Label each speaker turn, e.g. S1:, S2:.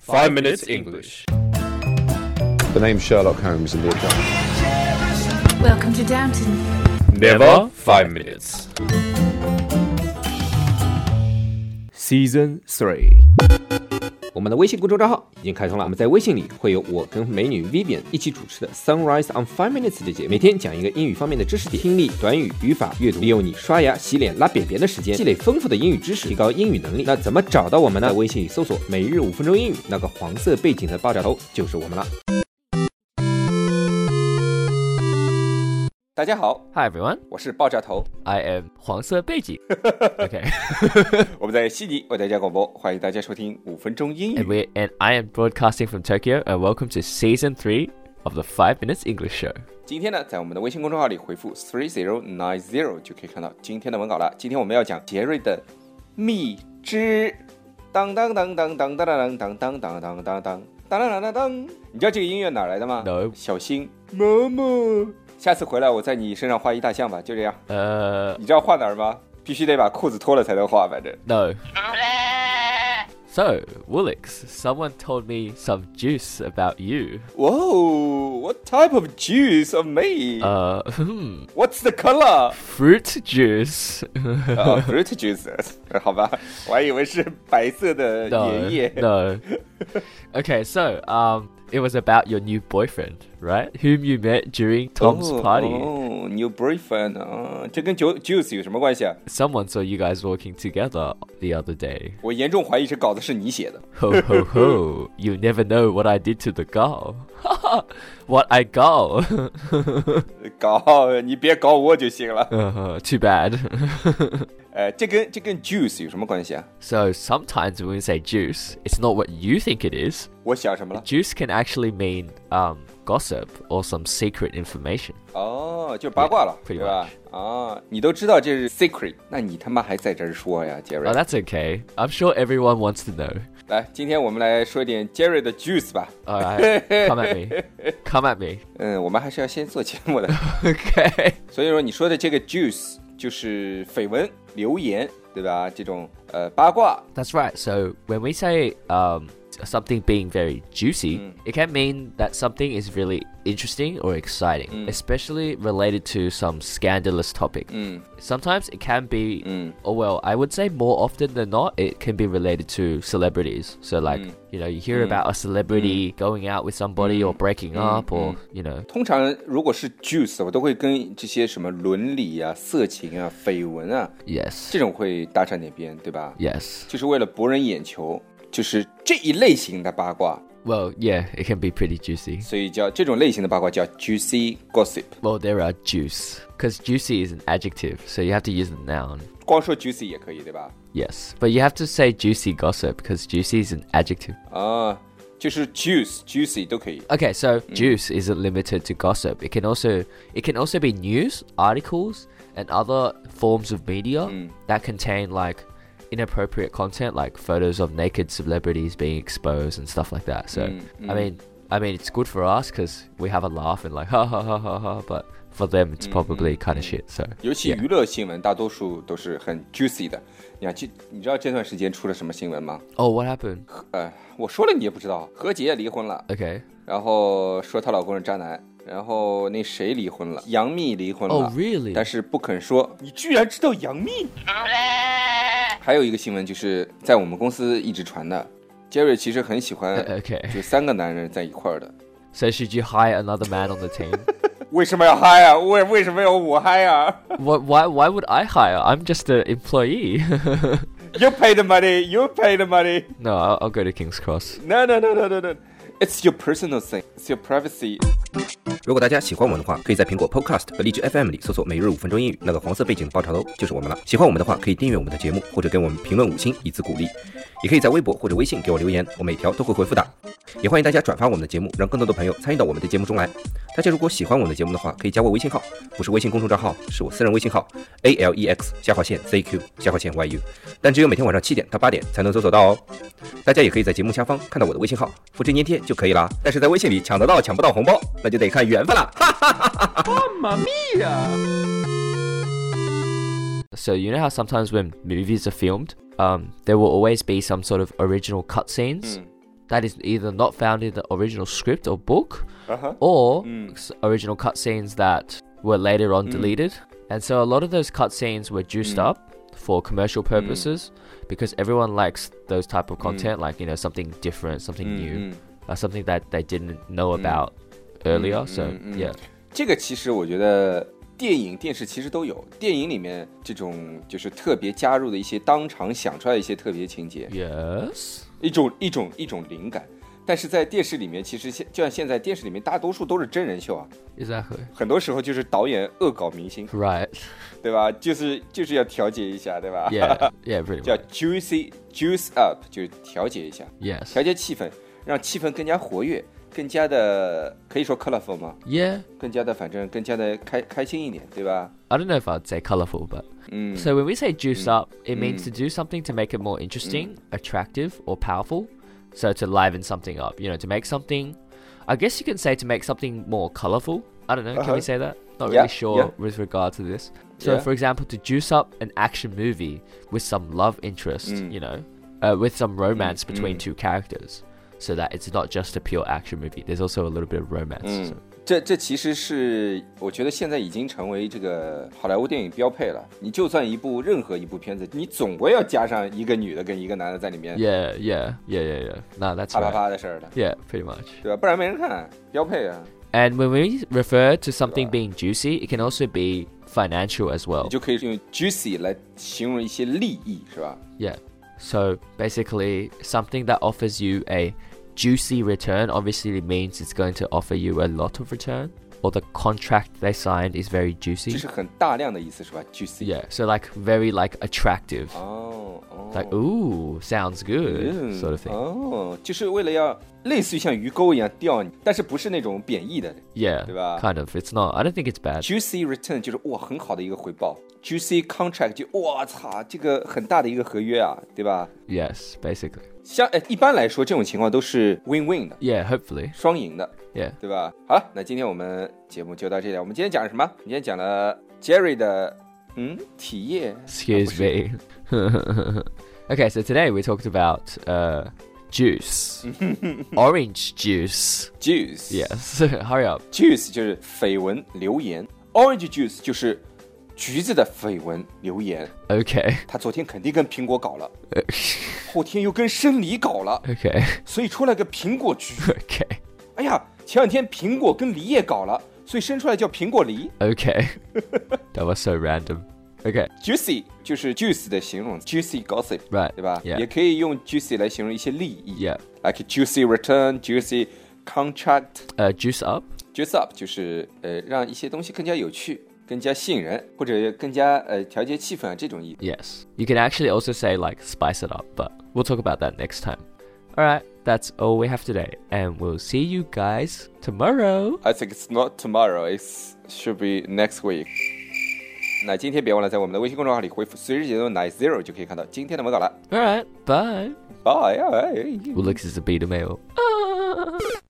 S1: Five Minutes English.
S2: The name Sherlock Holmes in the account.
S3: Welcome to Downton.
S1: Never five minutes.
S4: Season Three，
S5: 我们的微信公众账号已经开通了，我们在微信里会有我跟美女 Vivian 一起主持的 Sunrise on Five Minutes 的节目，每天讲一个英语方面的知识点、听力、短语、语法、阅读，利用你刷牙、洗脸、拉便便的时间，积累丰富的英语知识，提高英语能力。那怎么找到我们呢？在微信里搜索“每日五分钟英语”，那个黄色背景的爆炸头就是我们了。大家好，
S6: Hi everyone,
S5: 我是爆炸头，
S6: I am 黄色背景。Okay,
S5: 我们在悉尼为大家广播，欢迎大家收听五分钟英
S6: and。we and I am broadcasting from Tokyo, and welcome to season three of the Five Minutes English Show.
S5: 今天呢，在我们的微信公众号里回复 three zero nine zero 就可以看到今天的文稿了。今天我们要讲杰瑞的蜜汁，当当当当当当当当当当当当当当当当当。你知道这个音乐哪来的吗
S6: No
S5: 小心，妈妈，下次回来我在你身上画一大象吧，就这样。
S6: Uh,
S5: 你知道画哪儿吗？必须得把裤子脱了才能画，反正
S6: no. So, Woolix, someone told me some juice about you.
S5: 哇哦，What type of juice of me?
S6: Uh, hmm,
S5: What's the color?
S6: fruit juice.
S5: 啊、不是 fruit juice，好吧，我还以为是白色的
S6: no,
S5: 爷爷。
S6: no. Okay, so um, it was about your new boyfriend, right? Whom you met during Tom's
S5: 哦
S6: party.
S5: 哦，new boyfriend 啊，这跟 ju juice 有什么关系啊？
S6: Someone saw you guys walking together the other day.
S5: 我严重怀疑这稿子是你写的。
S6: Ho ho ho, you never know what I did to the girl. what I got.
S5: 搞，你别搞我就行了。
S6: Uh, too bad.
S5: 呃，这跟这跟 juice 有什么关系啊？
S6: so sometimes when we say juice, it's not what you think it is.
S5: 我想什么了？
S6: Juice can actually mean um, gossip or some secret information.
S5: 哦，就八卦了
S6: Yeah, pretty
S5: 对吧？啊，你都知道这是 secret，那你他妈还在这儿说呀，杰瑞
S6: Oh,？that's okay. I'm sure everyone wants to know.
S5: 来，今天我们来说一点杰瑞的 juice 吧。
S6: All right, come at me. Come at me.
S5: 嗯，我们还是要先做节目的。
S6: Okay.
S5: 所以说你说的这个 juice 就是绯闻、流言，对吧？这种呃八卦，
S6: That's right. So when we say um, something being very juicy, it can mean that something is really interesting or exciting, especially related to some scandalous topic. Sometimes it can be, oh well, I would say more often than not, it can be related to celebrities. So like you know, you hear about a celebrity going out with somebody or breaking up or you know.
S5: 通常如果是 juice，我都会跟这些什么伦理啊、色情啊、绯闻啊
S6: Yes.
S5: 这种会搭上点边，对吧？
S6: Yes.
S5: 就是为了博人眼球，就是这一类型的八卦，
S6: Well, yeah, it can be pretty juicy.
S5: 所以叫这种类型的八卦叫 juicy gossip。
S6: Well, there are juice because juicy is an adjective, so you have to use the noun.
S5: 光说 juicy 也可以，对吧？
S6: Yes, but you have to say juicy gossip because juicy is an adjective.
S5: 啊，就是 juice、juicy 都可以。
S6: Okay, so juice isn't limited to gossip. It can also it can also be news, articles, and other forms of media that contain like inappropriate content, like photos of naked celebrities being exposed and stuff like that. So I mean, I mean, it's good for us because we have a laugh and like ha ha ha ha ha. But for them, it's probably kind of shit. So
S5: 尤其娱乐新闻，大多数都是很 juicy 的。你看，这你知道这段时间出了什么新闻吗？
S6: oh, what happened?
S5: 呃，我说了你也不知道，何洁离婚了，
S6: Okay.
S5: 然后说她老公是渣男，然后那谁离婚了，杨幂离婚了
S6: Oh, really?
S5: 但是不肯说。你居然知道杨幂？还有一个新闻就是在我们公司一直传的，Jerry 其实很喜欢
S6: Okay.
S5: 就三个男人在一块儿的。
S6: So should you hire another man on the team?
S5: 为什么要嗨啊？为为什么要我嗨啊
S6: Why, why, why would I hire? I'm just an employee.
S5: ？You pay the money, you pay the money.
S6: no, I'll, I'll go to King's Cross.
S5: No, no, no, no, no, no. It's your personal thing. It's your privacy. 如果大家喜欢我们的话，可以在苹果 Podcast 和荔枝 FM 里搜索“每日五分钟英语”，那个黄色背景的爆炒头就是我们了。喜欢我们的话，可以订阅我们的节目，或者给我们评论五星以资鼓励。也可以在微博或者微信给我留言，我每条都会回复的。也欢迎大家转发我们的节目，让更多的朋友参与到我们的节目中来。大家如果喜欢我们的节目的话，可以加我微信号，不是微信公众账号，是我私人微信号 a l e x 下划线 z q 下划线 y u，但只有每天晚上七点到八点才能搜索到哦。大家也可以在节目下方看到我的微信号，复制粘贴就可以啦。但是在微信里抢得到抢不到红包，那就得看缘分了。
S6: So you know how
S5: 嗯
S6: sometimes when movies are filmed, um, there will always be some sort of original cutscenes that is either not found in the original script or book,
S5: 啊
S6: or s- original cutscenes that were later on deleted. And so a lot of those cutscenes were juiced up for commercial purposes because everyone likes those type of content, like you know something different,
S5: 嗯
S6: something
S5: Hmm,
S6: new, uh, something that they didn't know about earlier. so yeah,
S5: 这个其实我觉得电影、电视其实都有。电影里面这种就是特别加入的一些当场想出来的一些特别情节，
S6: yes,
S5: 一种一种一种灵感。但是在电视里面，其实现就像现在电视里面大多数都是真人秀啊，
S6: exactly,
S5: 很多时候就是导演恶搞明星，
S6: right,
S5: 对吧？就是就是要调节一下，对吧？
S6: yeah, yeah, pretty
S5: 叫
S6: much,
S5: juicy juice up，就是调节一下，
S6: yes,
S5: 调节气氛，让气氛更加活跃，更加的可以说 colorful 吗？
S6: yeah.
S5: 更加的反正更加的开开心一点，对吧？
S6: I don't know if I'd say colorful, but
S5: 嗯
S6: So when we say juice
S5: Mm.
S6: up, it means to do something to make it more interesting, attractive, or powerful. So to liven something up, you know, to make something. I guess you can say to make something more colorful. I don't know. Can we say that? Not
S5: Uh-huh. Yeah,
S6: really sure
S5: yeah.
S6: with regard to this. So
S5: Yeah.
S6: for example, to juice up an action movie with some love interest,
S5: Mm.
S6: you know, uh, with some romance between two characters, so that it's not just a pure action movie. There's also a little bit of romance.
S5: Mm.
S6: So.
S5: 这这其实是我觉得现在已经成为这个好莱坞电影标配了。你就算一部任何一部片子，你总归要加上一个女的跟一个男的在里面
S6: Yeah, yeah, yeah, yeah, yeah. No, that's
S5: 啪啪
S6: right.
S5: 啪的事儿的，
S6: Yeah, pretty much.
S5: 对吧？不然没人看，标配啊，
S6: And when we refer to something being juicy, it can also be financial as
S5: 你
S6: well.
S5: 就可以用 juicy 来形容一些利益，是吧？
S6: Yeah. So basically, something that offers you a juicy return obviously means it's going to offer you a lot of return, or the contract they signed is very
S5: 这
S6: juicy.
S5: 是很大量的意思，是吧？juicy。
S6: Yeah. So like very like attractive,
S5: 哦哦。
S6: like ooh, sounds good
S5: 嗯
S6: sort of thing.
S5: 哦，就是为了要类似于像鱼钩一样钓你，但是不是那种贬义的
S6: Yeah.
S5: 对吧？
S6: Kind of. It's not. I don't think it's bad.
S5: juicy return 就是哇很好的一个回报，juicy contract 就哇操这个很大的一个合约啊，对吧？
S6: Yes. Basically.
S5: 像哎一般来说这种情况都是 win win 的，
S6: Yeah. Hopefully.
S5: 双赢的，
S6: Yeah.
S5: 对吧？好了，那今天我们节目就到这里了。我们今天讲了什么？我们今天讲了 Jerry 的嗯体液
S6: Excuse me. okay, so today we talked about uh, juice, orange juice.
S5: juice，
S6: Yes, hurry up.
S5: juice 就是绯闻流言，orange juice 就是橘子的绯闻流言。
S6: Okay,
S5: 他昨天肯定跟苹果搞了，后天又跟生梨搞了，
S6: okay,
S5: 所以出来个苹果橘。
S6: okay,
S5: 哎呀，前两天苹果跟梨也搞了，所以生出来叫苹果梨。
S6: okay. that was so random. Okay,
S5: juicy 就是 juice 的形容，juicy gossip，
S6: right.
S5: 对吧
S6: Yeah.
S5: 也可以用 juicy 来形容一些利益
S6: Yeah.
S5: like juicy return，juicy contract，juice
S6: Uh, juice up.
S5: up 就是呃让一些东西更加有趣。更加吸引人，或者更加呃调节气氛啊，这种意思。
S6: Yes. You can actually also say like spice it up, but we'll talk about that next time. All right, that's all we have today, and we'll see you guys tomorrow.
S5: I think it's not tomorrow, it should be next week. 那今天别忘了在我们的微信公众号里回复“随时节奏 night zero” 就可以看到今天的文稿了。哎
S6: All right, bye.
S5: 拜拜。
S6: Well, looks is a beta male.